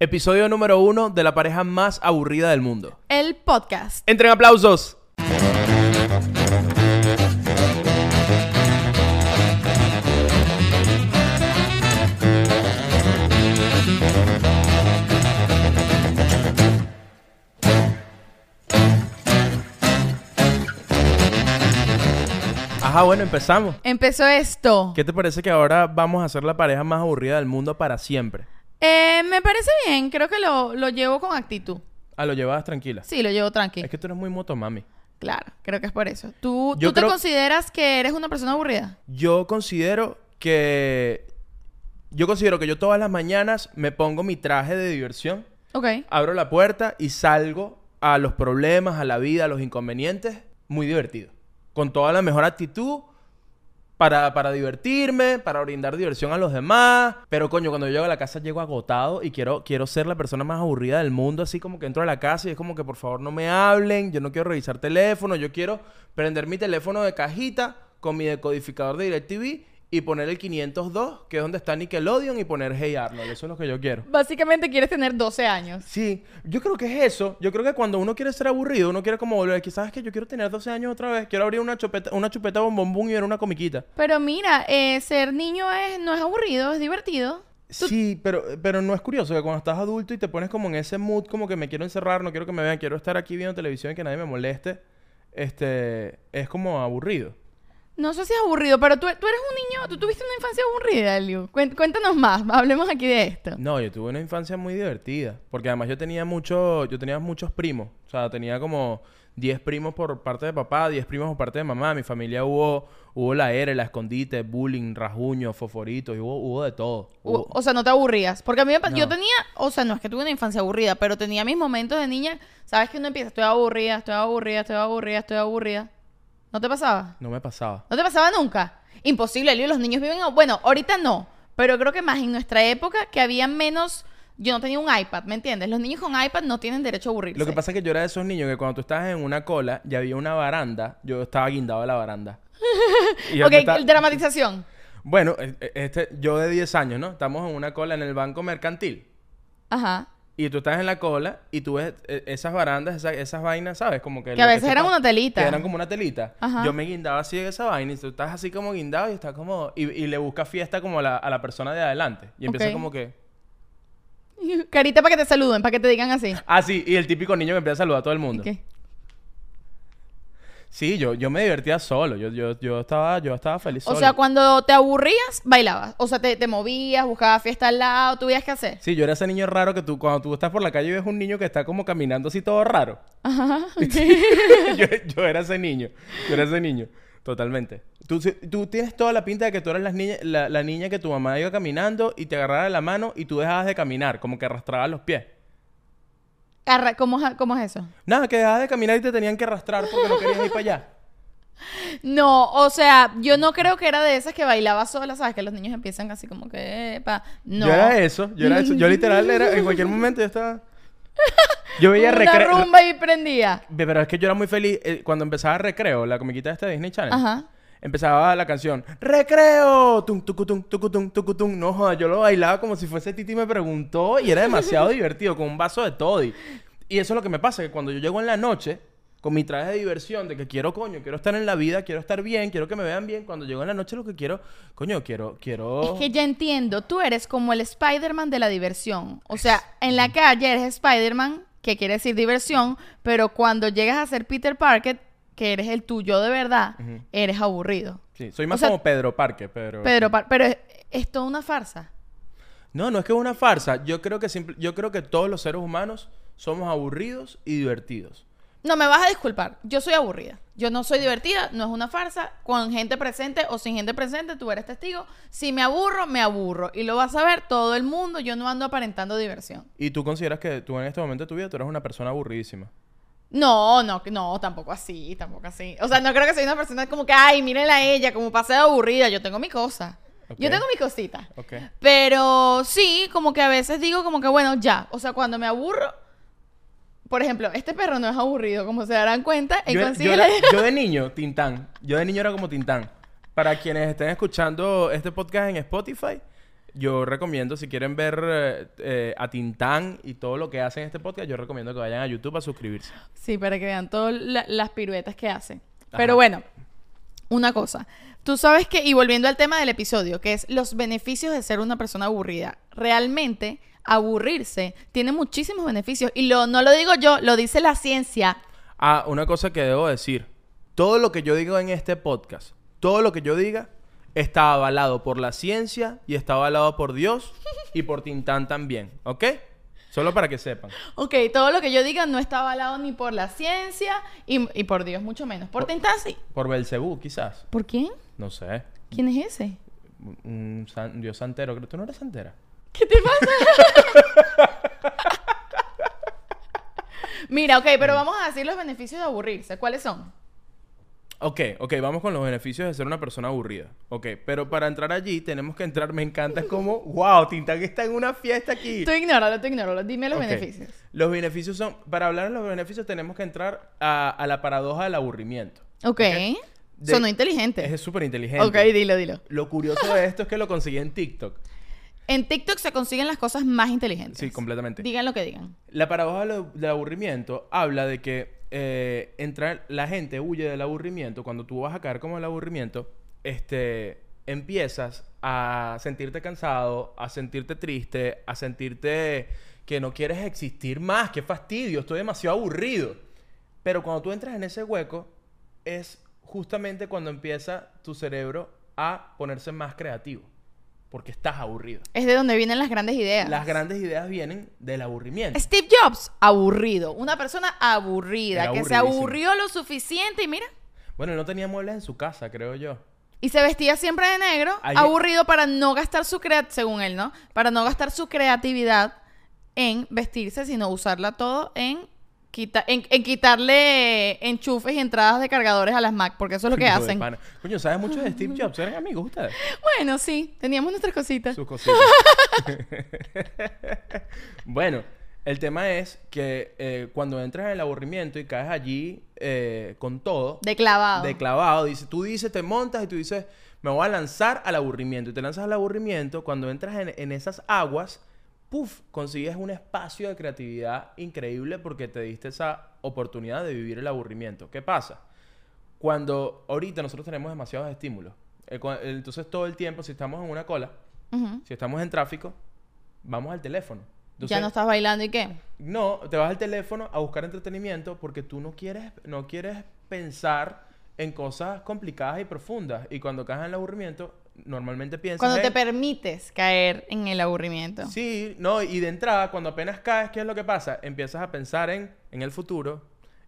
Episodio número uno de la pareja más aburrida del mundo. El podcast. ¡Entren aplausos! Ajá, bueno, empezamos. Empezó esto. ¿Qué te parece que ahora vamos a ser la pareja más aburrida del mundo para siempre? Eh, me parece bien, creo que lo, lo llevo con actitud. Ah, lo llevabas tranquila. Sí, lo llevo tranqui. Es que tú eres muy motomami. Claro, creo que es por eso. ¿Tú, Yo ¿tú te creo- consideras que eres una persona aburrida? Yo considero que. Yo considero que yo todas las mañanas me pongo mi traje de diversión, Ok. abro la puerta y salgo a los problemas, a la vida, a los inconvenientes, muy divertido. Con toda la mejor actitud para, para divertirme, para brindar diversión a los demás. Pero coño, cuando yo llego a la casa llego agotado y quiero, quiero ser la persona más aburrida del mundo, así como que entro a la casa y es como que por favor no me hablen, yo no quiero revisar teléfono, yo quiero prender mi teléfono de cajita con mi decodificador de DirecTV y poner el 502, que es donde está Nickelodeon, y poner Hey Arnold. Eso es lo que yo quiero. Básicamente quieres tener 12 años. Sí, yo creo que es eso. Yo creo que cuando uno quiere ser aburrido, uno quiere como volver. Que sabes que yo quiero tener 12 años otra vez. Quiero abrir una chupeta, una chupeta bombombum y ver una comiquita. Pero mira, eh, ser niño es, no es aburrido, es divertido. Sí, pero, pero no es curioso que cuando estás adulto y te pones como en ese mood, como que me quiero encerrar, no quiero que me vean, quiero estar aquí viendo televisión y que nadie me moleste. Este, es como aburrido. No sé si es aburrido, pero tú, tú eres un niño, tú tuviste una infancia aburrida, Liu. Cuen- Cuéntanos más, hablemos aquí de esto. No, yo tuve una infancia muy divertida, porque además yo tenía mucho, yo tenía muchos primos, o sea, tenía como 10 primos por parte de papá, 10 primos por parte de mamá, En mi familia hubo hubo la era, la escondite, bullying, rajuño, fosforitos, y hubo, hubo de todo. O, Hubo- o sea, no te aburrías. Porque a mí me pa- No. yo tenía, o sea, no es que tuve una infancia aburrida, pero tenía mis momentos de niña. Sabes que uno empieza, estoy aburrida, estoy aburrida, estoy aburrida, estoy aburrida. ¿No te pasaba? No me pasaba. ¿No te pasaba nunca? Imposible, Leo, los niños viven. a- Bueno, ahorita no, pero creo que más en nuestra época que había menos. Yo no tenía un iPad, ¿me entiendes? Los niños con iPad no tienen derecho a aburrirse. Lo que pasa es que yo era de esos niños que cuando tú estabas en una cola y había una baranda, yo estaba guindado de la baranda. Y yo Ok, me estaba- dramatización. Bueno, e- e- este, yo de 10 años, ¿no? Estamos en una cola en el banco mercantil. Ajá. Y tú estás en la cola y tú ves eh, esas barandas, esa- esas vainas, ¿sabes? Como que... Que a lo veces tú eran pas- una telita. Que eran como una telita. Ajá. Yo me guindaba así de esa vaina y tú estás así como guindado y estás como... Y, y le buscas fiesta como a la, a la persona de adelante. Y empieza Ok. como que... Carita para que te saluden, para que te digan así. Ah, sí. Y el típico niño que empieza a saludar a todo el mundo. Ok. Sí, yo, yo me divertía solo. Yo, yo, yo, estaba, yo estaba feliz O solo. sea, cuando te aburrías, bailabas. O sea, te, te movías, buscabas fiesta al lado, tuvieras que hacer. Sí, yo era ese niño raro que tú... Cuando tú estás por la calle y ves un niño que está como caminando así todo raro. Ajá. yo, yo era ese niño. Yo era ese niño. Totalmente. Tú, sí- tú tienes toda la pinta de que tú eras las niña- la, la niña que tu mamá iba caminando y te agarraba de la mano y tú dejabas de caminar, como que arrastrabas los pies. Arra- ¿Cómo, es- ¿Cómo es eso? Nada, que dejabas de caminar y te tenían que arrastrar porque no querías ir para allá. No, o sea, yo no creo que era de esas que bailaba sola, ¿sabes? Que los niños empiezan así como que, epa, no. Yo era eso, yo era eso. Yo literal era, en cualquier momento yo estaba. Yo veía Una recreo. rumba y prendía. Pero es que yo era muy feliz eh, cuando empezaba recreo, la comiquita esta de Disney Channel. Ajá. Empezaba la canción ¡Recreo! ¡Tum, tucutum, tucutum, tucutum! No joda, yo lo bailaba como si fuese Titi me preguntó y era demasiado divertido, con un vaso de toddy. Y eso es lo que me pasa, que cuando yo llego en la noche, con mi traje de diversión, de que quiero, coño, quiero estar en la vida, quiero estar bien, quiero que me vean bien, cuando llego en la noche lo que quiero, coño, quiero, quiero... Es que ya entiendo, tú eres como el Spider-Man de la diversión. O sea, en la calle eres Spider-Man, que quiere decir diversión, pero cuando llegas a ser Peter Parker, que eres el tuyo de verdad, eres aburrido. Sí, soy más o sea- como Pedro Parque, pero... Pedro, Par- pero es, es toda una farsa. No, no es que es una farsa. Yo creo que, simple- yo creo que todos los seres humanos somos aburridos y divertidos. No, me vas a disculpar. Yo soy aburrida. Yo no soy divertida, no es una farsa. Con gente presente o sin gente presente, tú eres testigo. Si me aburro, me aburro. Y lo vas a ver todo el mundo. Yo no ando aparentando diversión. Y tú consideras que tú en este momento de tu vida tú eres una persona aburridísima. No, no, no, tampoco así, tampoco así. O sea, no creo que soy una persona como que, ay, mírenla a ella, como pase de aburrida. Yo tengo mi cosa. Yo Ok. tengo mi cosita. Ok. Pero sí, como que a veces digo como que bueno, ya. O sea, cuando me aburro, por ejemplo, este perro no es aburrido, como se darán cuenta. él Yo, yo consigue era- la- yo de niño, Tintán. Yo de niño era como Tintán. Para quienes estén escuchando este podcast en Spotify, Yo recomiendo, si quieren ver eh, eh, a Tintán y todo lo que hacen en este podcast, yo recomiendo que vayan a YouTube a suscribirse. Sí, para que vean todas la- las piruetas que hace. Ajá. Pero bueno, una cosa. Tú sabes que, y volviendo al tema del episodio, que es los beneficios de ser una persona aburrida. Realmente, aburrirse tiene muchísimos beneficios. Y lo, no lo digo yo, lo dice la ciencia. Ah, una cosa que debo decir. Todo lo que yo digo en este podcast, todo lo que yo diga, está avalado por la ciencia y está avalado por Dios y por Tintán también, ¿ok? Solo para que sepan. Ok, todo lo que yo diga no está avalado ni por la ciencia y, y por Dios, mucho menos. Por tentar, sí. Por Belcebú, quizás. ¿Por quién? No sé. ¿Quién es ese? Un- Un san- Dios santero. Creo- ¿Tú no eres santera? ¿Qué te pasa? Mira, ok, pero vamos a decir los beneficios de aburrirse. ¿Cuáles son? Ok, ok, vamos con los beneficios de ser una persona aburrida. Ok, pero para entrar allí tenemos que entrar. Me encanta como, wow, Tintán está en una fiesta aquí. Tú ignóralo, tú ignóralo. Dime los Ok. beneficios. Los beneficios son, para hablar de los beneficios tenemos que entrar a, a la paradoja del aburrimiento. Ok. De- Sonó inteligente. Es súper inteligente. Ok, dilo, dilo. Lo curioso de esto es que lo conseguí en TikTok. En TikTok se consiguen las cosas más inteligentes. Sí, completamente. Digan lo que digan. La paradoja de lo- del aburrimiento habla de que eh, entra- la gente huye del aburrimiento. Cuando tú vas a caer como el aburrimiento, este, empiezas a sentirte cansado, a sentirte triste, a sentirte que no quieres existir más, qué fastidio, estoy demasiado aburrido. Pero cuando tú entras en ese hueco, es justamente cuando empieza tu cerebro a ponerse más creativo, porque estás aburrido. Es de donde vienen las grandes ideas. Las grandes ideas vienen del aburrimiento. Steve Jobs, aburrido. Una persona aburrida, Era que se aburridísimo. aburrió lo suficiente y mira. Bueno, él no tenía muebles en su casa, creo yo. Y se vestía siempre de negro, Hay- aburrido para no gastar su creatividad, según él, ¿no? Para no gastar su creatividad en vestirse, sino usarla todo en, quita- en, en quitarle enchufes y entradas de cargadores a las Mac, porque eso es lo que Hijo de hacen. pana. Coño, ¿sabes mucho de Steve Jobs? ¿Eran amigos ustedes? Bueno, sí, teníamos nuestras cositas. Sus cositas. bueno, el tema es que eh, cuando entras en el aburrimiento y caes allí eh, con todo, De clavado. de clavado, dice, tú dices, te montas y tú dices, me voy a lanzar al aburrimiento. Y te lanzas al aburrimiento, cuando entras en, en esas aguas, puff, consigues un espacio de creatividad increíble porque te diste esa oportunidad de vivir el aburrimiento. ¿Qué pasa? Cuando ahorita nosotros tenemos demasiados estímulos, eh, cua- eh, entonces todo el tiempo, si estamos en una cola, Ujú. si estamos en tráfico, vamos al teléfono. ya Entonces, no estás bailando y qué. no, te vas al teléfono a buscar entretenimiento porque tú no quieres, no quieres pensar en cosas complicadas y profundas. Y cuando caes en el aburrimiento, normalmente piensas. Cuando te en- permites caer en el aburrimiento. Sí, no, y de entrada, cuando apenas caes, ¿qué es lo que pasa? Empiezas a pensar en, en el futuro,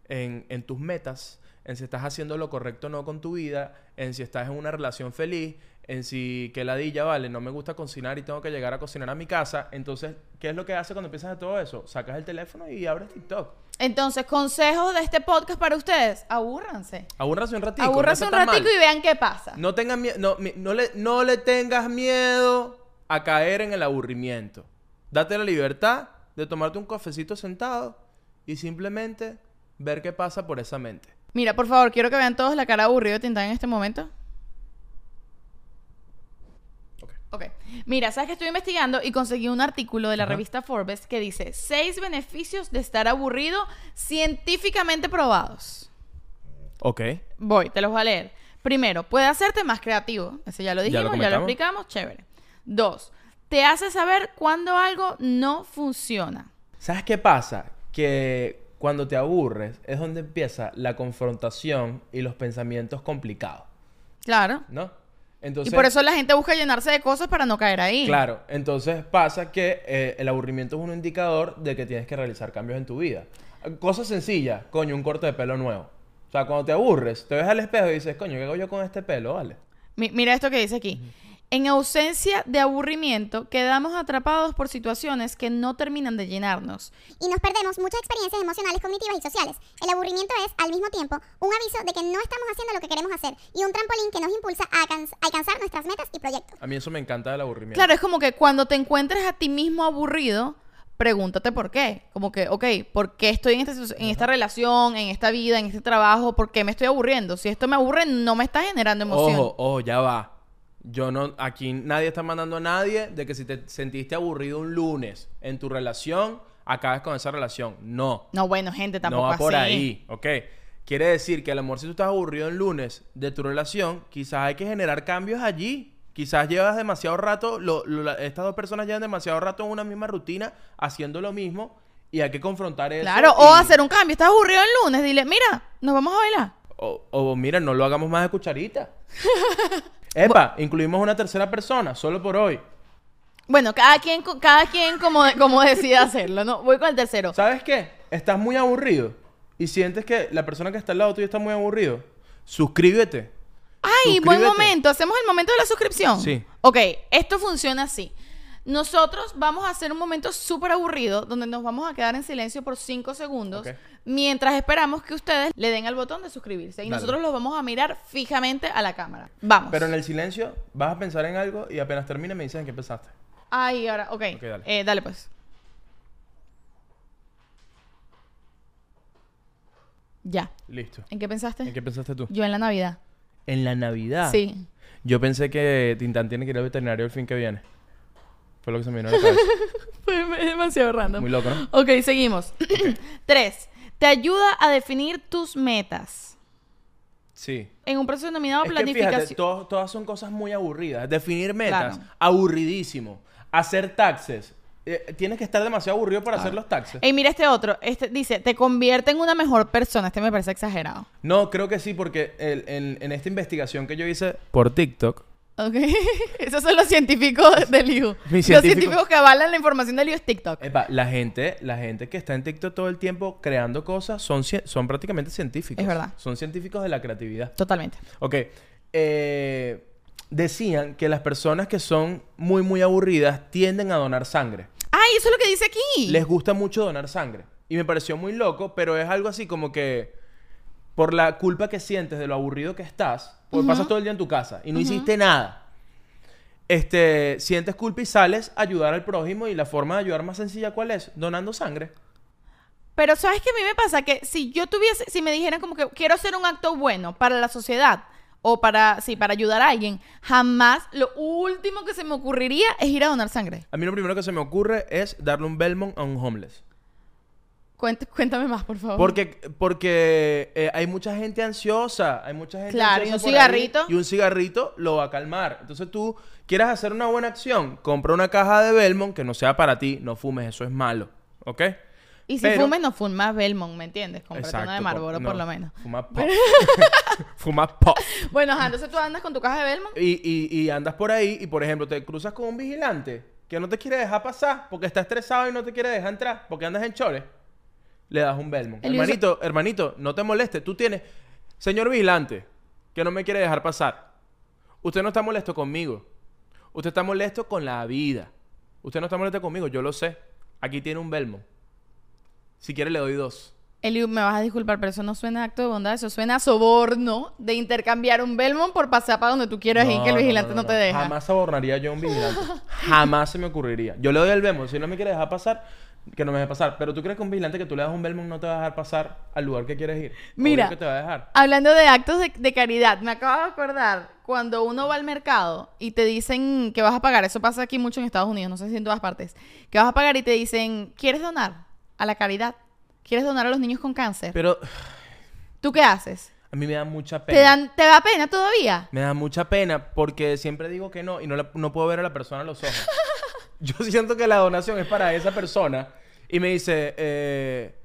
en, en tus metas, en si estás haciendo lo correcto o no con tu vida, en si estás en una relación feliz, en si qué ladilla, vale, no me gusta cocinar y tengo que llegar a cocinar a mi casa. Entonces, ¿qué es lo que hace cuando empiezas a todo eso? Sacas el teléfono y abres TikTok. Entonces, consejos de este podcast para ustedes. Abúrranse. Abúrrase un ratito. Abúrranse un ratico y vean qué pasa. No tengas mie- no, mi- no le, no le tengas miedo a caer en el aburrimiento. Date la libertad de tomarte un cafecito sentado y simplemente ver qué pasa por esa mente. Mira, por favor, quiero que vean todos la cara aburrida de Tintán en este momento. Ok. Ok. Mira, sabes que estoy investigando y conseguí un artículo de la Ajá. revista Forbes que dice seis beneficios de estar aburrido científicamente probados. Ok. Voy, te los voy a leer. Primero, puede hacerte más creativo. Eso ya Ya lo lo dijimos, ya lo, comentamos. explicamos, chévere. Dos, te hace saber cuando algo no funciona. ¿Sabes qué pasa? Que cuando te aburres es donde empieza la confrontación y los pensamientos complicados, Claro. ¿no? Entonces, y por eso la gente busca llenarse de cosas para no caer ahí. Claro, entonces pasa que eh, el aburrimiento es un indicador de que tienes que realizar cambios en tu vida. Cosa sencilla, coño, un corte de pelo nuevo. O sea, cuando te aburres, te ves al espejo y dices, coño, ¿qué hago yo con este pelo? Vale. Mi- mira esto que dice aquí. En ausencia de aburrimiento, quedamos atrapados por situaciones que no terminan de llenarnos. y nos perdemos muchas experiencias emocionales, cognitivas y sociales. El aburrimiento es, al mismo tiempo, un aviso de que no estamos haciendo lo que queremos hacer y un trampolín que nos impulsa a alcanz- alcanzar nuestras metas y proyectos. A mí eso me encanta del aburrimiento. Claro, es como que cuando te encuentres a ti mismo aburrido, pregúntate por qué. Como que, ok, ¿por qué estoy en, esta situ- en esta relación, en esta vida, en este trabajo? ¿Por qué me estoy aburriendo? Si esto me aburre, no me está generando emoción. Ojo, ojo, ya va. Yo no, aquí nadie está mandando a nadie de que si te sentiste aburrido un lunes en tu relación, acabes con esa relación. No. No, bueno, gente, No tampoco va por así. ahí, ¿ok? Quiere decir que a lo mejor si tú estás aburrido el lunes de tu relación, quizás hay que generar cambios allí. Quizás llevas demasiado rato, lo- lo- la- estas dos personas llevan demasiado rato en una misma rutina haciendo lo mismo y hay que confrontar eso. Claro, o y- hacer un cambio. Estás aburrido el lunes, dile, mira, nos vamos a bailar. O, o, mira, no lo hagamos más de cucharita. Epa, incluimos una tercera persona, solo por hoy. Bueno, cada quien, co- cada quien como, como decida hacerlo, ¿no? Voy con el tercero. ¿Sabes qué? Estás muy aburrido y sientes que la persona que está al lado tuyo está muy aburrido. Suscríbete. Ay, buen suscríbete. momento. Hacemos el momento de la suscripción. Sí. Ok, esto funciona así. Nosotros vamos a hacer un momento súper aburrido donde nos vamos a quedar en silencio por 5 segundos Ok. mientras esperamos que ustedes le den al botón de suscribirse y Dale. nosotros los vamos a mirar fijamente a la cámara. Vamos. Pero en el silencio vas a pensar en algo y apenas termine me dices en qué pensaste. Ay, ahora, ok. Ok, dale. Eh, dale pues. Ya. Listo. ¿En qué pensaste? ¿En qué Ah. pensaste tú? Yo en la Navidad. En la Navidad. Sí. Yo pensé que Tintán tiene que ir al veterinario el fin que viene. Fue lo que se me vino a la cabeza. Fue demasiado random. Muy loco, ¿no? Ok, seguimos. Tres. Te ayuda a definir tus metas. Sí. En un proceso denominado Es que planificación. fíjate, to- todas son cosas muy aburridas. Definir metas, Claro. aburridísimo. Hacer taxes. Eh, tienes que estar demasiado aburrido para hacer los taxes. Ey, mira este otro. Este dice, te convierte en una mejor persona. Este me parece exagerado. No, creo que sí, porque el- en, en esta investigación que yo hice por TikTok, Ok. Esos son los científicos del IU. Mi Los científico. científicos que avalan la información del IU es TikTok. epa, la gente, la gente que está en TikTok todo el tiempo creando cosas son, cien- son prácticamente científicos. Es verdad. Son científicos de la creatividad. Totalmente. Ok. eh, decían que las personas que son muy, muy aburridas tienden a donar sangre. Ay, eso es lo que dice aquí. les gusta mucho donar sangre. Y me pareció muy loco, pero es algo así como que por la culpa que sientes de lo aburrido que estás, porque pasas todo el día en tu casa y no hiciste nada. Este, sientes culpa y sales a ayudar al prójimo y la forma de ayudar más sencilla ¿cuál es? Donando sangre. Pero sabes que a mí me pasa que si yo tuviese, si me dijeran como que quiero hacer un acto bueno para la sociedad o para, sí, para ayudar a alguien, jamás lo último que se me ocurriría es ir a donar sangre. A mí lo primero que se me ocurre es darle un Belmont a un homeless. Cuént- cuéntame más, por favor. Porque, porque eh, hay mucha gente ansiosa, hay mucha gente Claro, y ansiosa un por cigarrito. ahí, y un cigarrito lo va a calmar. Entonces tú quieres hacer una buena acción, compra una caja de Belmont que no sea para ti, no fumes, eso es malo, ¿ok? y si pero- fumes, no fumes Belmont, ¿me entiendes? Cómprate una de Exacto, Marlboro, no, por lo menos. Fuma pop. fuma pop. Bueno, ajá, entonces tú andas con tu caja de Belmont. Y, y- y andas por ahí y, por ejemplo, te cruzas con un vigilante que no te quiere dejar pasar porque está estresado y no te quiere dejar entrar porque andas en chores. Le das un Belmont. El hermanito, hermanito, no te molestes. Tú tienes... Señor vigilante, que no me quiere dejar pasar. Usted no está molesto conmigo. Usted está molesto con la vida. Usted no está molesto conmigo, yo lo sé. Aquí tiene un Belmont. Si quiere le doy dos. Eliu, me vas a disculpar, pero eso no suena a acto de bondad, eso suena a soborno de intercambiar un Belmont por pasar para donde tú quieras ir, que el vigilante no, te deja. Jamás abornaría yo a un vigilante. Jamás se me ocurriría. Yo le doy el Belmont. Si no me quiere dejar pasar, que no me deje pasar. Pero tú crees que un vigilante que tú le das un Belmont no te va a dejar pasar al lugar que quieres ir. Obvio Mira. que te va a dejar. Hablando de actos de, de caridad, me acabo de acordar cuando uno va al mercado y te dicen que vas a pagar, eso pasa aquí mucho en Estados Unidos, no sé si en todas partes, que vas a pagar y te dicen, ¿quieres donar a la caridad? ¿Quieres donar a los niños con cáncer? Pero ¿Tú qué haces? a mí me da mucha pena. ¿Te, dan, ¿Te da pena todavía? Me da mucha pena porque siempre digo que no y no, la- no puedo ver a la persona a los ojos. Yo siento que la donación es para esa persona y me dice, eh,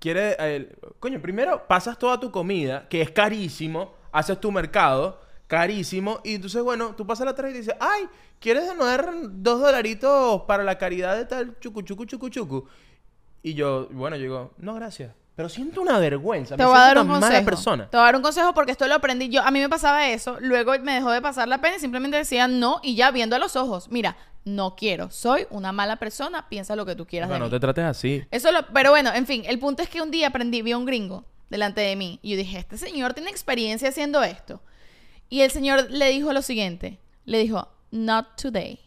quiere, eh, coño, primero pasas toda tu comida, que es carísimo, haces tu mercado, carísimo, y entonces, bueno, tú pasas la tarjeta y dices, ay, ¿quieres donar dos dolaritos para la caridad de tal chucu, chucu, chucu, chucu? Y yo, bueno, yo digo, no, gracias. Pero siento una vergüenza. Te me voy a siento dar un tan mala consejo. persona. Te voy a dar un consejo porque esto lo aprendí yo. A mí me pasaba eso, luego me dejó de pasar la pena y simplemente decía no y ya viendo a los ojos, mira, no quiero, soy una mala persona, piensa lo que tú quieras de Bueno, mí". no te trates así. Eso lo- pero bueno, en fin, el punto es que un día aprendí, vi a un gringo delante de mí y yo dije, este señor tiene experiencia haciendo esto. Y el señor le dijo lo siguiente, le dijo, not today.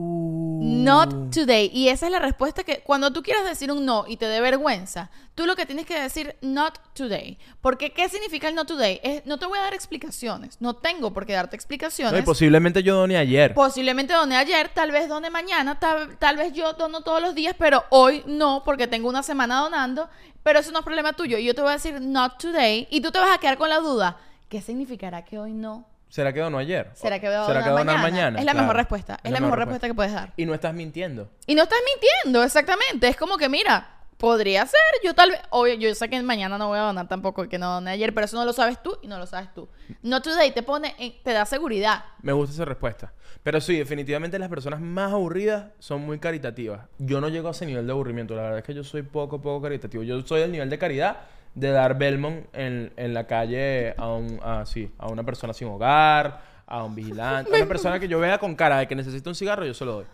Uh. Not today. Y esa es la respuesta que cuando tú quieras decir un no y te dé vergüenza, tú lo que tienes que decir not today. Porque ¿qué significa el not today? Es, no te voy a dar explicaciones. No tengo por qué darte No, y explicaciones. posiblemente yo doné ayer. Posiblemente doné ayer, tal vez doné mañana, tal, tal vez yo dono todos los días, pero hoy no, porque tengo una semana donando. Pero eso no es problema tuyo. Y yo te voy a decir not today. Y tú te vas a quedar con la duda. ¿Qué significará que hoy no? ¿Será que donó ayer? ¿Será que voy a donar, ¿Será que donar mañana? Es la Claro. mejor respuesta. Es, la, mejor respuesta que puedes dar. Y no estás mintiendo. Y no estás mintiendo, exactamente. Es como que, mira, podría ser. Yo tal vez. Obvio, yo sé que mañana no voy a donar tampoco, que no doné ayer, pero eso no lo sabes tú y no lo sabes tú. No today te pone. en- te da seguridad. Me gusta esa respuesta. Pero sí, definitivamente las personas más aburridas son muy caritativas. Yo no llego a ese nivel de aburrimiento. La verdad es que yo soy poco, poco caritativo. Yo soy del nivel de caridad de dar Belmont en, en la calle a, un, a, sí, a una persona sin hogar, a un vigilante, a una persona que yo vea con cara de que necesita un cigarro, yo se lo doy.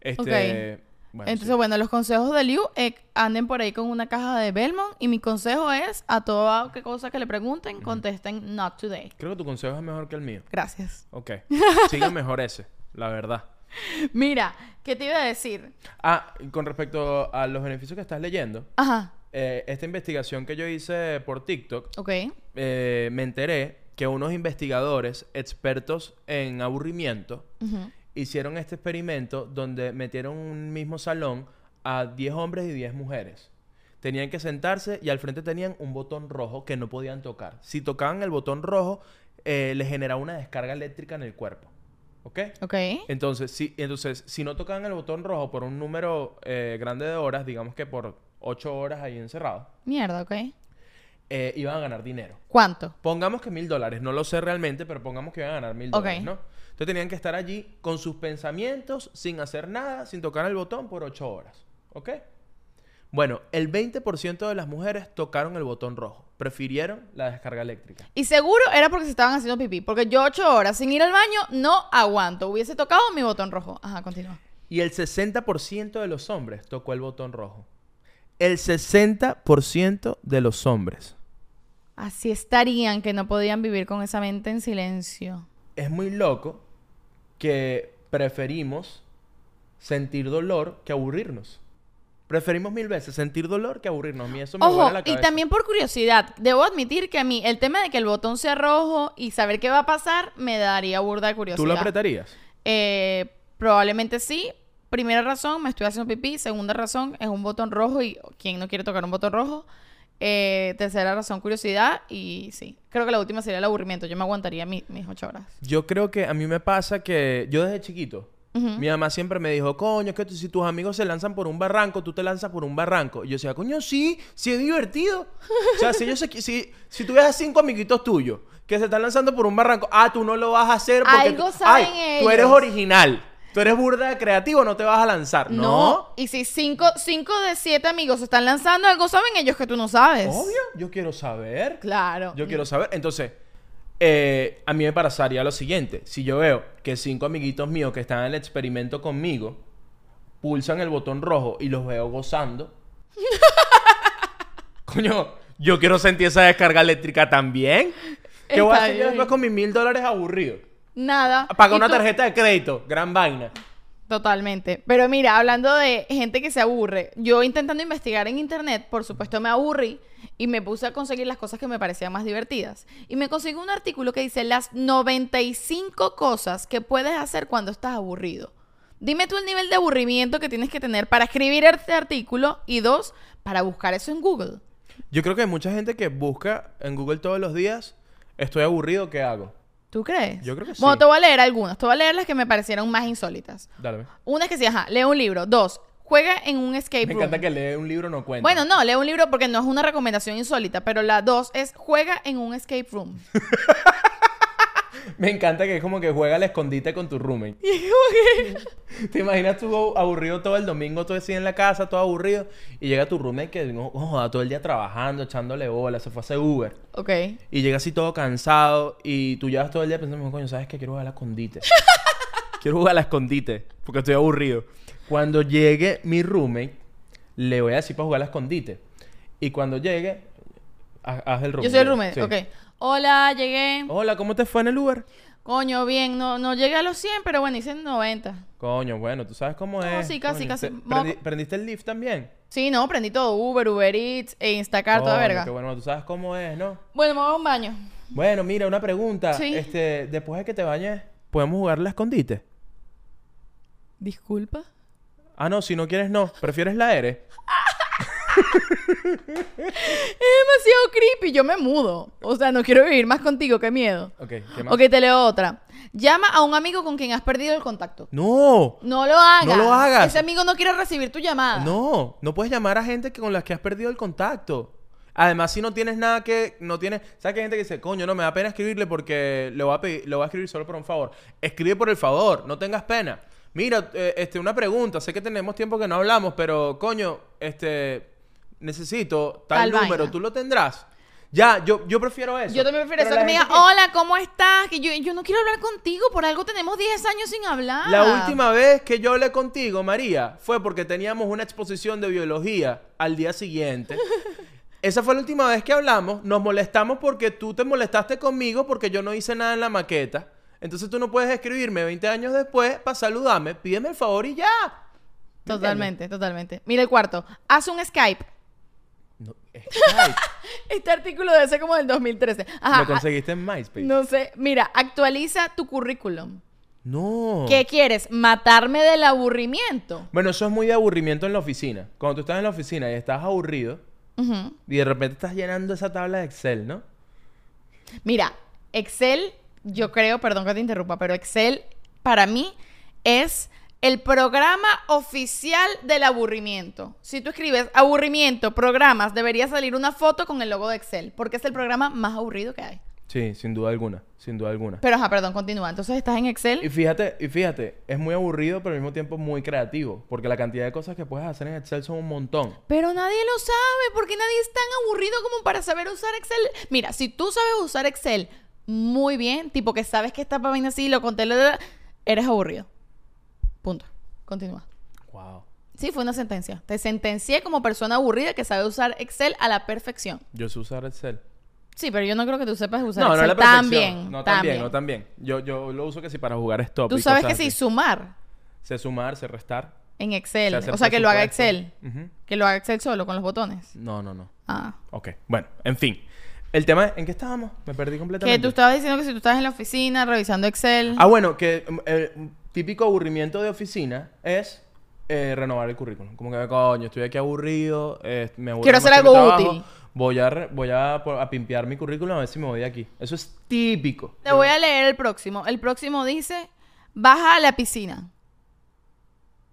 Este, Ok. bueno, Entonces, sí. bueno, los consejos de Liu eh, anden por ahí con una caja de Belmont. Y mi consejo es: a toda que- cosa que le pregunten, contesten not today. Creo que tu consejo es mejor que el mío. Gracias. Ok. Sigue mejor ese, la verdad. Mira, ¿qué te iba a decir? Ah, y con respecto a los beneficios que estás leyendo, Ajá, eh, esta investigación que yo hice por TikTok, ok. eh, me enteré que unos investigadores expertos en aburrimiento Ujú. hicieron este experimento donde metieron en un mismo salón a 10 hombres y 10 mujeres. Tenían que sentarse y al frente tenían un botón rojo que no podían tocar. Si tocaban el botón rojo, eh, les generaba una descarga eléctrica en el cuerpo. ¿Ok? Ok. Entonces, si, entonces, si no tocaban el botón rojo por un número eh, grande de horas, digamos que por 8 horas ahí encerrado, Mierda, ok. eh, iban a ganar dinero. ¿Cuánto? Pongamos que mil dólares, no lo sé realmente, pero pongamos que iban a ganar mil Ok. dólares, ¿no? Entonces tenían que estar allí con sus pensamientos, sin hacer nada, sin tocar el botón por ocho horas, ¿ok? Bueno, el 20% de las mujeres tocaron el botón rojo, prefirieron la descarga eléctrica. Y seguro era porque se estaban haciendo pipí. Porque yo ocho horas sin ir al baño no aguanto. Hubiese tocado mi botón rojo. Ajá, continúa. Y el 60% de los hombres tocó el botón rojo. El 60% de los hombres. Así estarían que no podían vivir con esa mente en silencio. es muy loco que preferimos sentir dolor que aburrirnos. Preferimos mil veces sentir dolor que aburrirnos. A mí eso me vuela Ojo, la y cabeza. también por curiosidad, debo admitir que a mí el tema de que el botón sea rojo y saber qué va a pasar me daría burda de curiosidad. ¿Tú lo apretarías? Eh, probablemente sí. Primera razón, me estoy haciendo pipí. Segunda razón, es un botón rojo y ¿quién no quiere tocar un botón rojo? Eh, tercera razón, curiosidad. Y sí, creo que la última sería el aburrimiento. Yo me aguantaría mi- mis ocho horas. Yo creo que a mí me pasa que yo desde chiquito, Ujú. mi mamá siempre me dijo, coño, es que tú- si tus amigos se lanzan por un barranco, tú te lanzas por un barranco. Y yo decía, coño, sí, sí es divertido. O sea, si, ellos se qui- si, si tú ves a cinco amiguitos tuyos que se están lanzando por un barranco, ah, tú no lo vas a hacer porque Algo tú, saben ay, tú eres ellos". original. Tú eres burda de creativo, no te vas a lanzar. No. Y si cinco, cinco de siete amigos se están lanzando, algo saben ellos que tú no sabes. Obvio, yo quiero saber. Claro. Yo quiero saber. Entonces, eh, a mí me pasaría lo siguiente. Si yo veo que cinco amiguitos míos que están en el experimento conmigo pulsan el botón rojo y los veo gozando. Coño, yo quiero sentir esa descarga eléctrica también. ¿Qué voy a Está hacer yo bien. después con mis mil dólares aburrido? Nada. Paga ¿Y una tú? tarjeta de crédito, gran vaina. Totalmente. Pero mira, hablando de gente que se aburre, yo intentando investigar en internet, por supuesto me aburrí y me puse a conseguir las cosas que me parecían más divertidas. Y me conseguí un artículo que dice las 95 cosas que puedes hacer cuando estás aburrido. Dime tú el nivel de aburrimiento que tienes que tener para escribir este artículo y dos, para buscar eso en Google. Yo creo que hay mucha gente que busca en Google todos los días, estoy aburrido, ¿qué hago? ¿Tú crees? Yo creo que Bueno, sí. te voy a leer algunas, te voy a leer las que me parecieron más insólitas. Dale. Una es que sí, ajá, lee un libro. Dos, juega en un escape Me room. encanta que lee un libro no cuenta. Bueno, no, lee un libro porque no es una recomendación insólita, pero la dos es juega en un escape room. Me encanta que es como que juega al escondite con tu roommate. ¿Te imaginas tú aburrido todo el domingo, todo así en la casa, todo aburrido? Y llega tu roommate que no, joda, todo el día trabajando, echándole bola, se fue a hacer Uber. Ok. Y llega así todo cansado y tú llevas todo el día pensando, coño, ¿sabes qué? Quiero jugar al escondite. Quiero jugar al escondite porque estoy aburrido. Cuando llegue mi roommate, le voy a decir para jugar al escondite. Y cuando llegue, haz haz el roommate. Yo soy el roommate, Sí. ok. Hola, llegué. Hola, ¿cómo te fue en el Uber? Coño, bien, no, no llegué a los 100, pero bueno, hice 90. Coño, bueno, tú sabes cómo No, es. sí, casi, coño. casi. ¿Te- Vamos- prendi- ¿Prendiste el lift también? Sí, no, prendí todo. Uber, Uber Eats, e Instacart, toda Coño, verga. Qué bueno, tú sabes cómo es, ¿no? Bueno, me voy a un baño. Bueno, mira, una pregunta. Sí. Este, después de que te bañes, ¿podemos jugar la escondite? Disculpa. Ah, no, si no quieres, no. ¿Prefieres la R? Es demasiado creepy, yo me mudo. O sea, no quiero vivir más contigo, qué miedo. Ok, ¿qué más? Ok, te leo otra. Llama a un amigo con quien has perdido el contacto. ¡No! No lo hagas. No lo hagas. Ese amigo no quiere recibir tu llamada. No, no puedes llamar a gente que- con las que has perdido el contacto. Además, si no tienes nada que... No tienes... ¿Sabes que hay gente que dice, coño, no, me da pena escribirle porque le voy a, pedir- le voy a escribir solo por un favor? Escribe por el favor, no tengas pena. Mira, eh, este, una pregunta. Sé que tenemos tiempo que no hablamos, pero, coño, este... Necesito tal, Tal número. vaina. ¿Tú lo tendrás? Ya, yo, yo prefiero eso. Yo también prefiero Pero eso la que me diga, gente hola, ¿cómo estás? Que yo, yo no quiero hablar contigo, por algo tenemos 10 años sin hablar. La última vez que yo hablé contigo, María, fue porque teníamos una exposición de biología al día siguiente. Esa fue la última vez que hablamos. Nos molestamos porque tú te molestaste conmigo porque yo no hice nada en la maqueta. Entonces tú no puedes escribirme 20 años después para saludarme. Pídeme el favor y ya. ¿Me Totalmente, totalmente. Mira el cuarto. Haz un Skype. No, Skype. Este artículo debe ser como del 2013. Ajá. ah, Lo conseguiste en MySpace. No. No sé. Mira, actualiza tu currículum. Oh. ¿Qué quieres? ¿Matarme del aburrimiento? Bueno, eso es muy de aburrimiento en la oficina. Cuando tú estás en la oficina y estás aburrido Ujú. y de repente estás llenando esa tabla de Excel, ¿no? Mira, Excel, yo creo, perdón que te interrumpa, pero Excel para mí es el programa oficial del aburrimiento. Si tú escribes aburrimiento, programas, debería salir una foto con el logo de Excel, porque es el programa más aburrido que hay. Sí, sin duda alguna. Sin duda alguna. Pero, ajá, perdón, continúa. Entonces estás en Y Excel. fíjate, y fíjate, es muy aburrido, pero al mismo tiempo muy creativo. Porque la cantidad de cosas que puedes hacer en Excel son un montón. Pero nadie lo sabe, porque nadie es tan aburrido como para saber usar Excel. Mira, si tú sabes usar Excel muy bien, tipo que sabes que esta vaina así, lo conté, la, la, la, eres aburrido. Punto. Continúa. Wow. Sí, fue una sentencia. Te sentencié como persona aburrida que sabe usar Excel a la perfección. Yo sé usar Excel. Sí, pero yo no creo que tú sepas usar no, no Excel la perfección. tan bien. No tan tan bien, bien. no tan bien. Yo, yo lo uso que sí para jugar stop. Tú y sabes que cosas sí, así. sumar Sé sumar, sé restar. en Excel. sé hacer o sea, que lo haga Excel. presupuesto. Ujú. Que lo haga Excel solo con los botones. No, no, no. Ah. Ok, bueno, en fin. El tema es, ¿en qué estábamos? Me perdí completamente. Que tú estabas diciendo que si tú estabas en la oficina revisando Excel. Ah, bueno, que mm, el típico aburrimiento de oficina es eh, renovar el currículum. Como que, coño, estoy aquí aburrido, eh, me aburre Quiero hacer demasiado mi algo trabajo, útil. Voy a, re- voy a, po- a pimpear mi currículum a ver si me voy de aquí. Eso es típico. Te voy a leer el próximo. El próximo dice: baja a la piscina.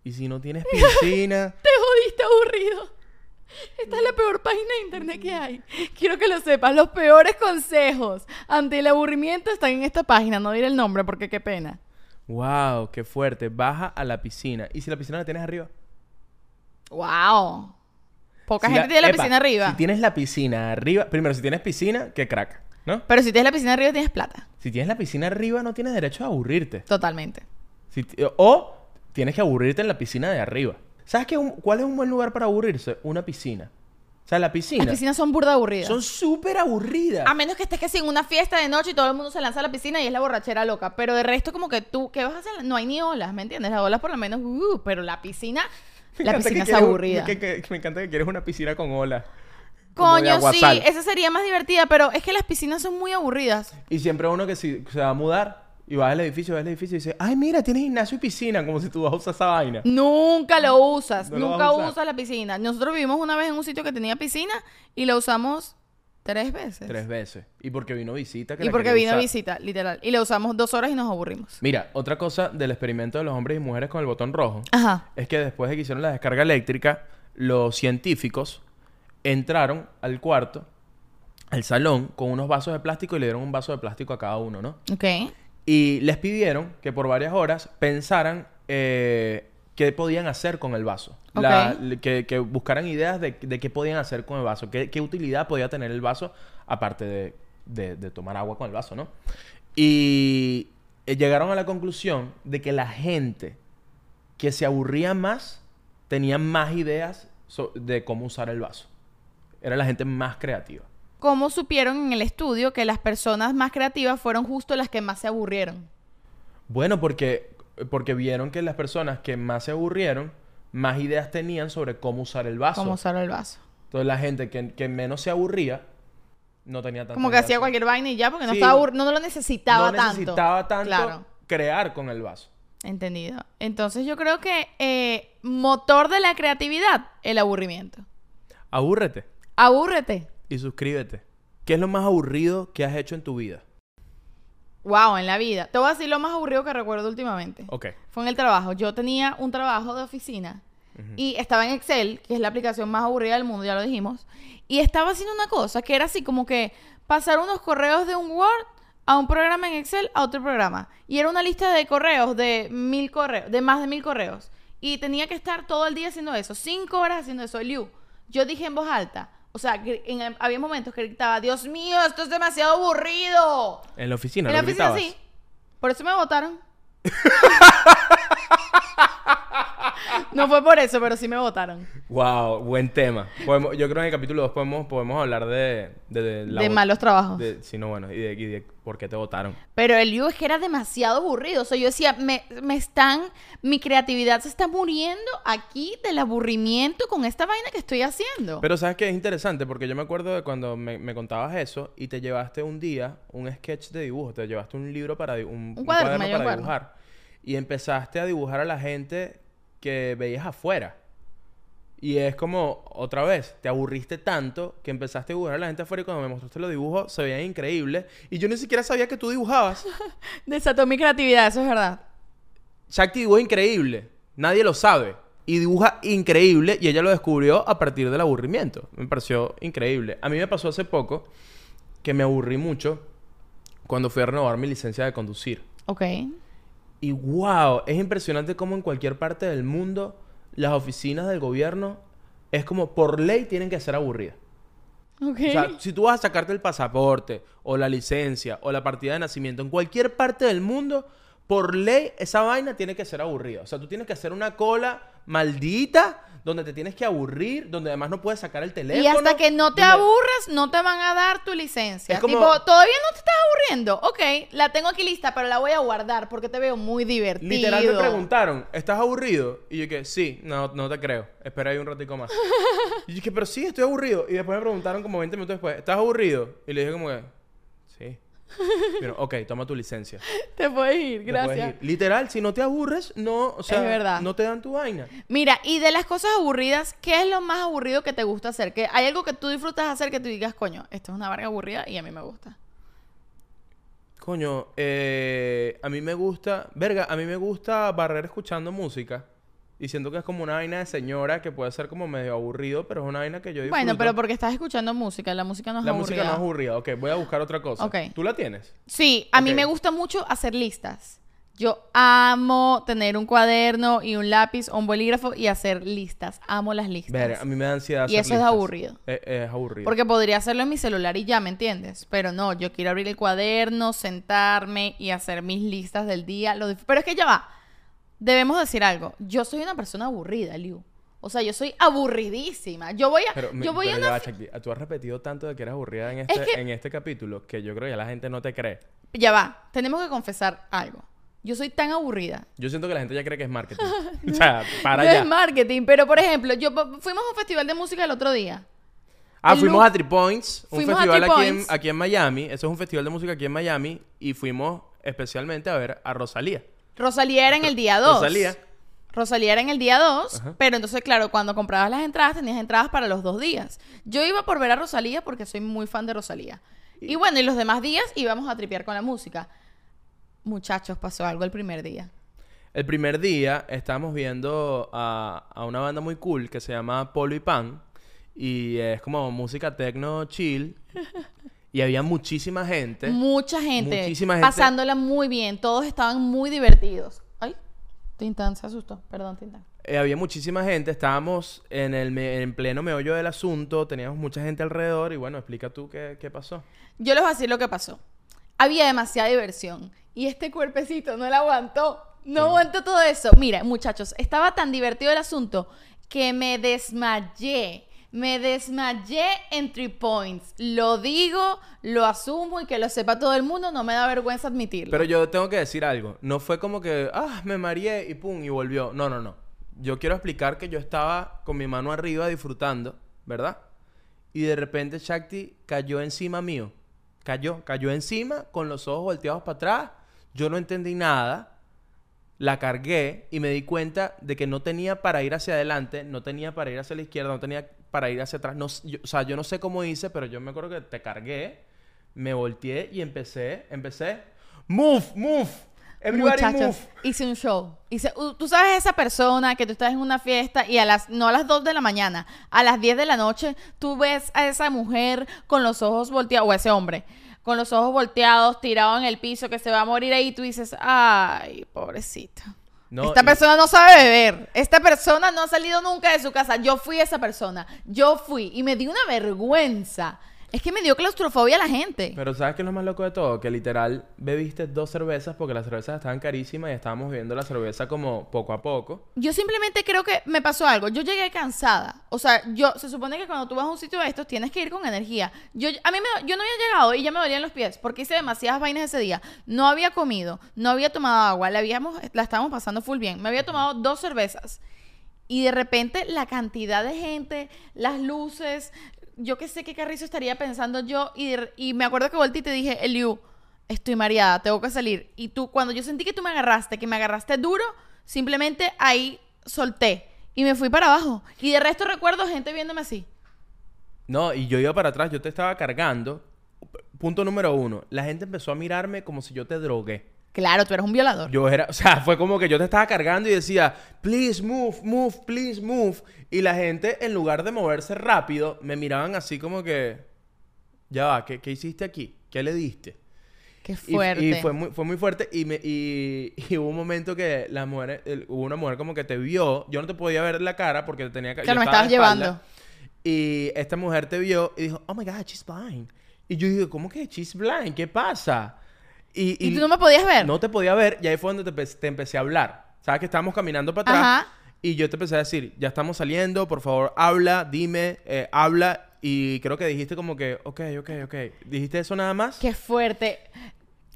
Y si no tienes piscina... Te jodiste aburrido. Esta es la peor página de internet que hay. Quiero que lo sepas. Los peores consejos ante el aburrimiento están en esta página. No diré el nombre porque qué pena. wow, qué fuerte. Baja a la piscina. ¿Y si la piscina la tienes arriba? Wow. Poca Si gente tiene la epa, piscina arriba. Si tienes la piscina arriba... Primero, si tienes piscina, qué crack, ¿no? Pero si tienes la piscina arriba tienes plata. Si tienes la piscina arriba, no tienes derecho a aburrirte. Totalmente. Si ti- o tienes que aburrirte en la piscina de arriba. ¿Sabes qué, es un- cuál es un buen lugar para aburrirse? Una piscina. O sea, la piscina. Las piscinas son burda aburridas. Son súper aburridas. A menos que estés que sin una fiesta de noche y todo el mundo se lanza a la piscina y es la borrachera loca. Pero de resto, como que tú, ¿qué vas a hacer? No hay ni olas, ¿me entiendes? Las olas por lo menos, uh, pero la piscina, Me la encanta que piscina es quieres un- aburrida. que- que- que me encanta que quieres una piscina con olas. Como de Coño, aguasal. sí, esa sería más divertida, pero es que las piscinas son muy aburridas. Y siempre uno que si- se va a mudar y vas al edificio, vas al edificio y dice, ay, mira, tienes gimnasio y piscina, como si tú vas a usar esa vaina. Nunca lo usas, No lo nunca vas a usar. usas la piscina. Nosotros vivimos una vez en un sitio que tenía piscina y la usamos tres veces. Tres veces. Y porque vino visita. Que y la porque quería vino usar. visita, literal. Y la usamos dos horas y nos aburrimos. Mira, otra cosa del experimento de los hombres y mujeres con el botón rojo. Ajá. es que después de que hicieron la descarga eléctrica, los científicos entraron al cuarto, al salón, con unos vasos de plástico y le dieron un vaso de plástico a cada uno, ¿no? Ok. Y les pidieron que por varias horas pensaran eh, qué podían hacer con el vaso. La- que, que buscaran ideas de, de qué podían hacer con el vaso, qué, qué utilidad podía tener el vaso, aparte de, de- de tomar agua con el vaso, ¿no? Y eh, llegaron a la conclusión de que la gente que se aburría más tenía más ideas so- de cómo usar el vaso. Era la gente más creativa. cómo supieron en el estudio que las personas más creativas fueron justo las que más se aburrieron. Bueno, porque, porque vieron que las personas que más se aburrieron, más ideas tenían sobre cómo usar el vaso. Como usar el vaso. Entonces la gente que, que menos se aburría, no tenía tanto. Como que hacía cualquier vaina y ya, porque no, Sí. estaba abur- no lo necesitaba no tanto. necesitaba tanto Claro. crear con el vaso. Entendido. Entonces yo creo que eh, motor de la creatividad, el aburrimiento. Abúrrete Abúrrete. y suscríbete. ¿Qué es lo más aburrido que has hecho en tu vida? Wow, en la vida. Te voy a decir lo más aburrido que recuerdo últimamente. Ok. Fue en el trabajo. Yo tenía un trabajo de oficina y estaba en Excel, que es la aplicación más aburrida del mundo, ya lo dijimos. Y estaba haciendo una cosa que era así como que pasar unos correos de un Word a un programa en Excel a otro programa. Y era una lista de correos, de mil correos, de más de mil correos. Y tenía que estar todo el día haciendo eso, cinco horas haciendo eso. Liu, yo dije en voz alta. O sea, gr- en- había momentos que gritaba, Dios mío, esto es demasiado aburrido. En la oficina, En la lo oficina gritabas. sí. Por eso me votaron. no fue por eso, pero sí me votaron. Wow, buen tema. Podemos- yo creo que en el capítulo 2 podemos, podemos hablar de... De, de la de vo- malos trabajos. de- sí, no, bueno. Y de, y de por qué te votaron. Pero el lío es que era demasiado aburrido. O sea, yo decía, me, me están, mi creatividad se está muriendo aquí del aburrimiento con esta vaina que estoy haciendo. Pero sabes que es interesante porque yo me acuerdo de cuando me, me contabas eso y te llevaste un día un sketch de dibujo, te llevaste un libro para di- un, un cuaderno, me cuaderno llevé para un cuaderno. dibujar y empezaste a dibujar a la gente que veías afuera. Y es como otra vez, te aburriste tanto que empezaste a dibujar a la gente afuera y cuando me mostraste los dibujos se veían increíbles y yo ni siquiera sabía que tú dibujabas. Desató mi creatividad, eso es verdad. Shakti dibujó increíble, nadie lo sabe. Y dibuja increíble y ella lo descubrió a partir del aburrimiento. Me pareció increíble. A mí me pasó hace poco que me aburrí mucho cuando fui a renovar mi licencia de conducir. Ok. Y wow, es impresionante cómo en cualquier parte del mundo las oficinas del gobierno es como por ley tienen que ser aburridas. Ok. O sea, si tú vas a sacarte el pasaporte o la licencia o la partida de nacimiento en cualquier parte del mundo, por ley esa vaina tiene que ser aburrida. O sea, tú tienes que hacer una cola maldita donde te tienes que aburrir, donde además no puedes sacar el teléfono. y hasta que no te donde- aburras, no te van a dar tu licencia. Es como- Tipo, todavía no te estás aburriendo. Ok, la tengo aquí lista, pero la voy a guardar porque te veo muy divertido. Literal me preguntaron, ¿estás aburrido? Y yo que, sí, no, no te creo. Espera ahí un ratico más. y yo que, pero sí, estoy aburrido. Y después me preguntaron como 20 minutos después, ¿estás aburrido? Y le dije como que, sí. Pero, ok, toma tu licencia. Te puedes ir, Te puedes gracias. ir. Literal, si no te aburres, no, o sea, Es verdad. no te dan tu vaina. Mira, y de las cosas aburridas, ¿qué es lo más aburrido que te gusta hacer? Que hay algo que tú disfrutas hacer que tú digas, coño, esto es una verga aburrida y a mí me gusta. Coño, eh, a mí me gusta, verga, a mí me gusta barrer escuchando música. Y siento que es como una vaina de señora que puede ser como medio aburrido, pero es una vaina que yo disfruto. Bueno, pero porque estás escuchando música, la música no es La aburrida. música no es aburrida. Ok, voy a buscar otra cosa. Ok. ¿Tú la tienes? Sí, a mí Ok. me gusta mucho hacer listas. Yo amo tener un cuaderno y un lápiz o un bolígrafo y hacer listas. Amo las listas. Verga, a mí me da ansiedad Y hacer eso es listas. aburrido. Eh, eh, es aburrido. Porque podría hacerlo en mi celular y ya, ¿me entiendes? Pero no, yo quiero abrir el cuaderno, sentarme y hacer mis listas del día. Lo dif- Pero es que ya va. Debemos decir algo. Yo soy una persona aburrida, Liu. O sea, yo soy aburridísima. Yo voy a, Pero me- yo voy a pero ya una va, fi- Shakti, Tú has repetido tanto de que eres aburrida en Es este, que- en este capítulo que yo creo que ya la gente no te cree. Ya va. Tenemos que confesar algo. Yo soy tan aburrida. Yo siento que la gente ya cree que es marketing. o sea, para no allá. es marketing, pero por ejemplo, yo po- fuimos a un festival de música el otro día. Ah, El fuimos look. a Three Points, un Fuimos a festival Three aquí en, Points. aquí en Miami. Eso es un festival de música aquí en Miami. Y fuimos especialmente a ver a Rosalía. Rosalía era en el día 2. Rosalía. Rosalía era en el día 2, Ajá. pero entonces, claro, cuando comprabas las entradas, tenías entradas para los dos días. Yo iba por ver a Rosalía porque soy muy fan de Rosalía. Y bueno, y los demás días íbamos a tripear con la música. Muchachos, pasó algo el primer día. El primer día estábamos viendo a, a una banda muy cool que se llama Polo y Pan. Y es como música techno chill. Y había muchísima gente. Mucha gente, Muchísima gente. pasándola muy bien, todos estaban muy divertidos. Ay, Tintán se asustó, perdón, Tintán. Eh, había muchísima gente, estábamos en el me- en pleno meollo del asunto, teníamos mucha gente alrededor y bueno, explica tú qué, qué pasó. Yo les voy a decir lo que pasó. Había demasiada diversión y este cuerpecito no la aguantó. No aguantó todo eso. Mira, muchachos, estaba tan divertido el asunto que me desmayé. Me desmayé en Three Points. Lo digo, lo asumo y que lo sepa todo el mundo, no me da vergüenza admitirlo. Pero yo tengo que decir algo. No fue como que, ah, me mareé y pum, y volvió. No, no, no. Yo quiero explicar que yo estaba con mi mano arriba disfrutando, ¿verdad? Y de repente Shakti cayó encima mío. Cayó, cayó encima con los ojos volteados para atrás. Yo no entendí nada. La cargué y me di cuenta de que no tenía para ir hacia adelante, no tenía para ir hacia la izquierda, no tenía para ir hacia atrás. No s- yo- o sea, yo no sé cómo hice, pero yo me acuerdo que te cargué, me volteé y empecé, empecé. Move, move. Everybody Muchachos, move. hice un show. Hice, u- tú sabes esa persona que tú estás en una fiesta y a las, no a las 2 de la mañana, a las 10 de la noche, tú ves a esa mujer con los ojos volteados, o a ese hombre, con los ojos volteados, tirado en el piso, que se va a morir ahí, y tú dices, ay, pobrecito. No, Esta y- persona no sabe beber. Esta persona no ha salido nunca de su casa. Yo fui esa persona. Yo fui. Y me dio una vergüenza. Es que me dio claustrofobia a la gente. Pero ¿sabes qué es lo más loco de todo? Que literal bebiste dos cervezas porque las cervezas estaban carísimas y estábamos viendo la cerveza como poco a poco. Yo simplemente creo que me pasó algo. Yo llegué cansada. O sea, yo se supone que cuando tú vas a un sitio de estos tienes que ir con energía. Yo a mí me, yo no había llegado y ya me dolían los pies porque hice demasiadas vainas ese día. No había comido, no había tomado agua, la habíamos la estábamos pasando full bien. Me había tomado dos cervezas. Y de repente la cantidad de gente, las luces, yo qué sé qué carrizo estaría pensando yo. Y, de- y me acuerdo que volteé y te dije, Eliu, estoy mareada, tengo que salir. Y tú, cuando yo sentí que tú me agarraste, que me agarraste duro, simplemente ahí solté. Y me fui para abajo. Y de resto recuerdo gente viéndome así. No, y yo iba para atrás, yo te estaba cargando. P- Punto número uno, la gente empezó a mirarme como si yo te drogué. Claro, tú eres un violador. Yo era, o sea, fue como que yo te estaba cargando y decía, please move, move, please move. Y la gente, en lugar de moverse rápido, me miraban así como que, ya va, ¿qué, qué hiciste aquí? ¿Qué le diste? qué Y- fuerte. Y, fue, muy, fue muy fuerte. Y, me, y, y hubo un momento que la mujer, el- hubo una mujer como que te vio. Yo no te podía ver la cara porque tenía que. Claro, yo me estaba estabas de espalda. llevando. Y esta mujer te vio y dijo, oh my god, she's blind. Y yo dije, ¿cómo que she's blind? ¿Qué pasa? Y, y, tú no me podías ver. no te podía ver. Y ahí fue donde te, empe- te empecé a hablar. Sabes que estábamos caminando para atrás. Ajá. Y yo te empecé a decir, ya estamos saliendo, por favor, habla, dime, eh, habla. Y creo que dijiste como que, ok, ok, ok. ¿Dijiste eso nada más? Qué fuerte.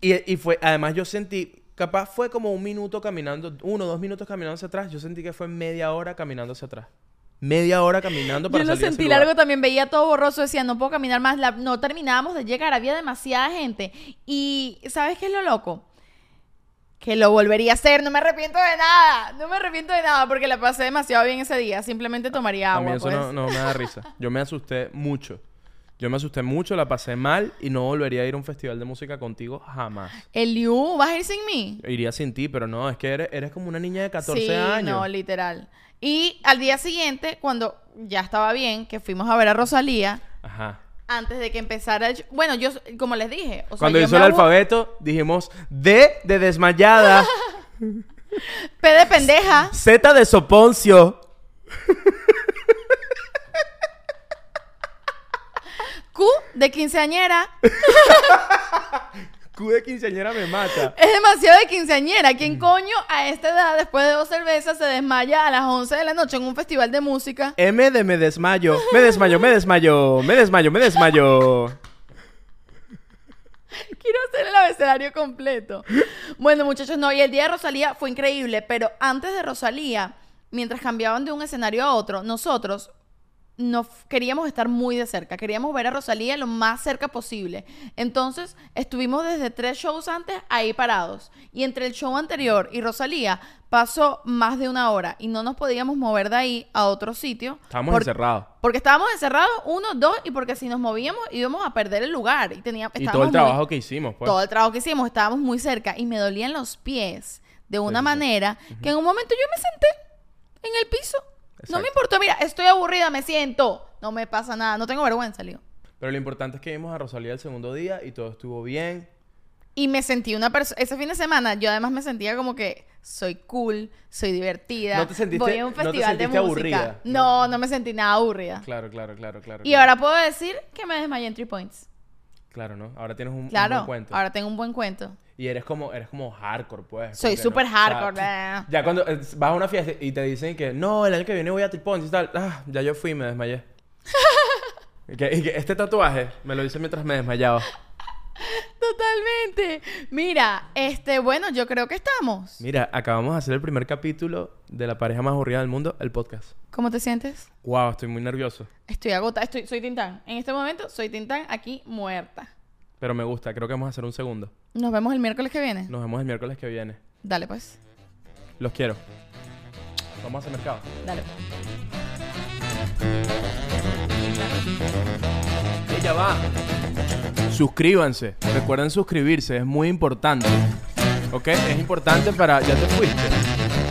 Y, y fue, además yo sentí, capaz fue como un minuto caminando, uno, dos minutos caminando hacia atrás, yo sentí que fue media hora caminando hacia atrás. Media hora caminando para Yo lo salir de ese sentí lugar. largo también, veía todo borroso, decía, no puedo caminar más, la- no terminábamos de llegar, había demasiada gente. Y ¿sabes qué es lo loco? Que lo volvería a hacer, no me arrepiento de nada, no me arrepiento de nada porque la pasé demasiado bien ese día, simplemente tomaría Ah, A mí agua. eso pues. no, no me da risa. Yo me asusté mucho. Yo me asusté mucho, la pasé mal y no volvería a ir a un festival de música contigo jamás. Eliú, ¿vas a ir sin mí? Iría sin ti, pero no, es que eres, eres como una niña de 14 sí, años. No, literal. Y al día siguiente, cuando ya estaba bien, que fuimos a ver a Rosalía, Ajá. antes de que empezara el... sh- Bueno, yo, como les dije, o sea, Cuando yo hizo me el abu- alfabeto, dijimos D de desmayada, P de pendeja. Z de soponcio. Q de quinceañera. Q de quinceañera me mata. Es demasiado de quinceañera. ¿Quién coño a esta edad, después de dos cervezas, se desmaya a las 11 de la noche en un festival de música? M de me desmayo, me desmayo, me desmayo, me desmayo, me desmayo. Quiero hacer el abecedario completo. Bueno, muchachos, no. Y el día de Rosalía fue increíble, pero antes de Rosalía, mientras cambiaban de un escenario a otro, nosotros nos queríamos estar muy de cerca. Queríamos ver a Rosalía lo más cerca posible. Entonces, estuvimos desde tres shows antes ahí parados. Y entre el show anterior y Rosalía pasó más de una hora y no nos podíamos mover de ahí a otro sitio. Estábamos porque- encerrados. Porque estábamos encerrados, uno, dos, y porque si nos movíamos íbamos a perder el lugar. Y, tenía, Y todo estábamos el muy- trabajo que hicimos, pues. todo el trabajo que hicimos, estábamos muy cerca y me dolían los pies de una sí, sí. manera que en un momento yo me senté en el piso. No Exacto. me importó, mira, estoy aburrida, me siento. No me pasa nada, no tengo vergüenza, Leo. Pero lo importante es que vimos a Rosalía el segundo día y todo estuvo bien. Y me sentí una persona, ese fin de semana yo además me sentía como que soy cool, soy divertida. No te sentiste- voy a un no te festival sentiste de música. aburrida. No, no me sentí nada aburrida. Claro, claro, claro, claro. Y claro. ahora puedo decir que me desmayé en Three Points. Claro, ¿no? Ahora tienes un, un Claro, buen cuento. ahora tengo un buen cuento. Y eres como, eres como hardcore, pues. Soy como que súper no- o sea, hardcore. bleh. ya cuando eh, vas a una fiesta y te dicen que no, el año que viene voy a Tripones y tal. Ah, ya yo fui y me desmayé. Y que- y que este tatuaje me lo hice mientras me desmayaba. Totalmente. Mira, este, bueno, yo creo que estamos. Mira, acabamos de hacer el primer capítulo de la pareja más aburrida del mundo, el podcast. ¿Cómo te sientes? Wow, estoy muy nervioso. Estoy agotada, estoy, soy Tintán. En este momento soy Tintán aquí muerta. Pero me gusta, creo que vamos a hacer un segundo. Nos vemos el miércoles que viene. Nos vemos el miércoles que viene. Dale pues. Los quiero. Vamos a hacer mercado. Dale pues. Ella va. Suscríbanse. Recuerden suscribirse, es muy importante. ¿Ok? Es importante para. Ya te fuiste.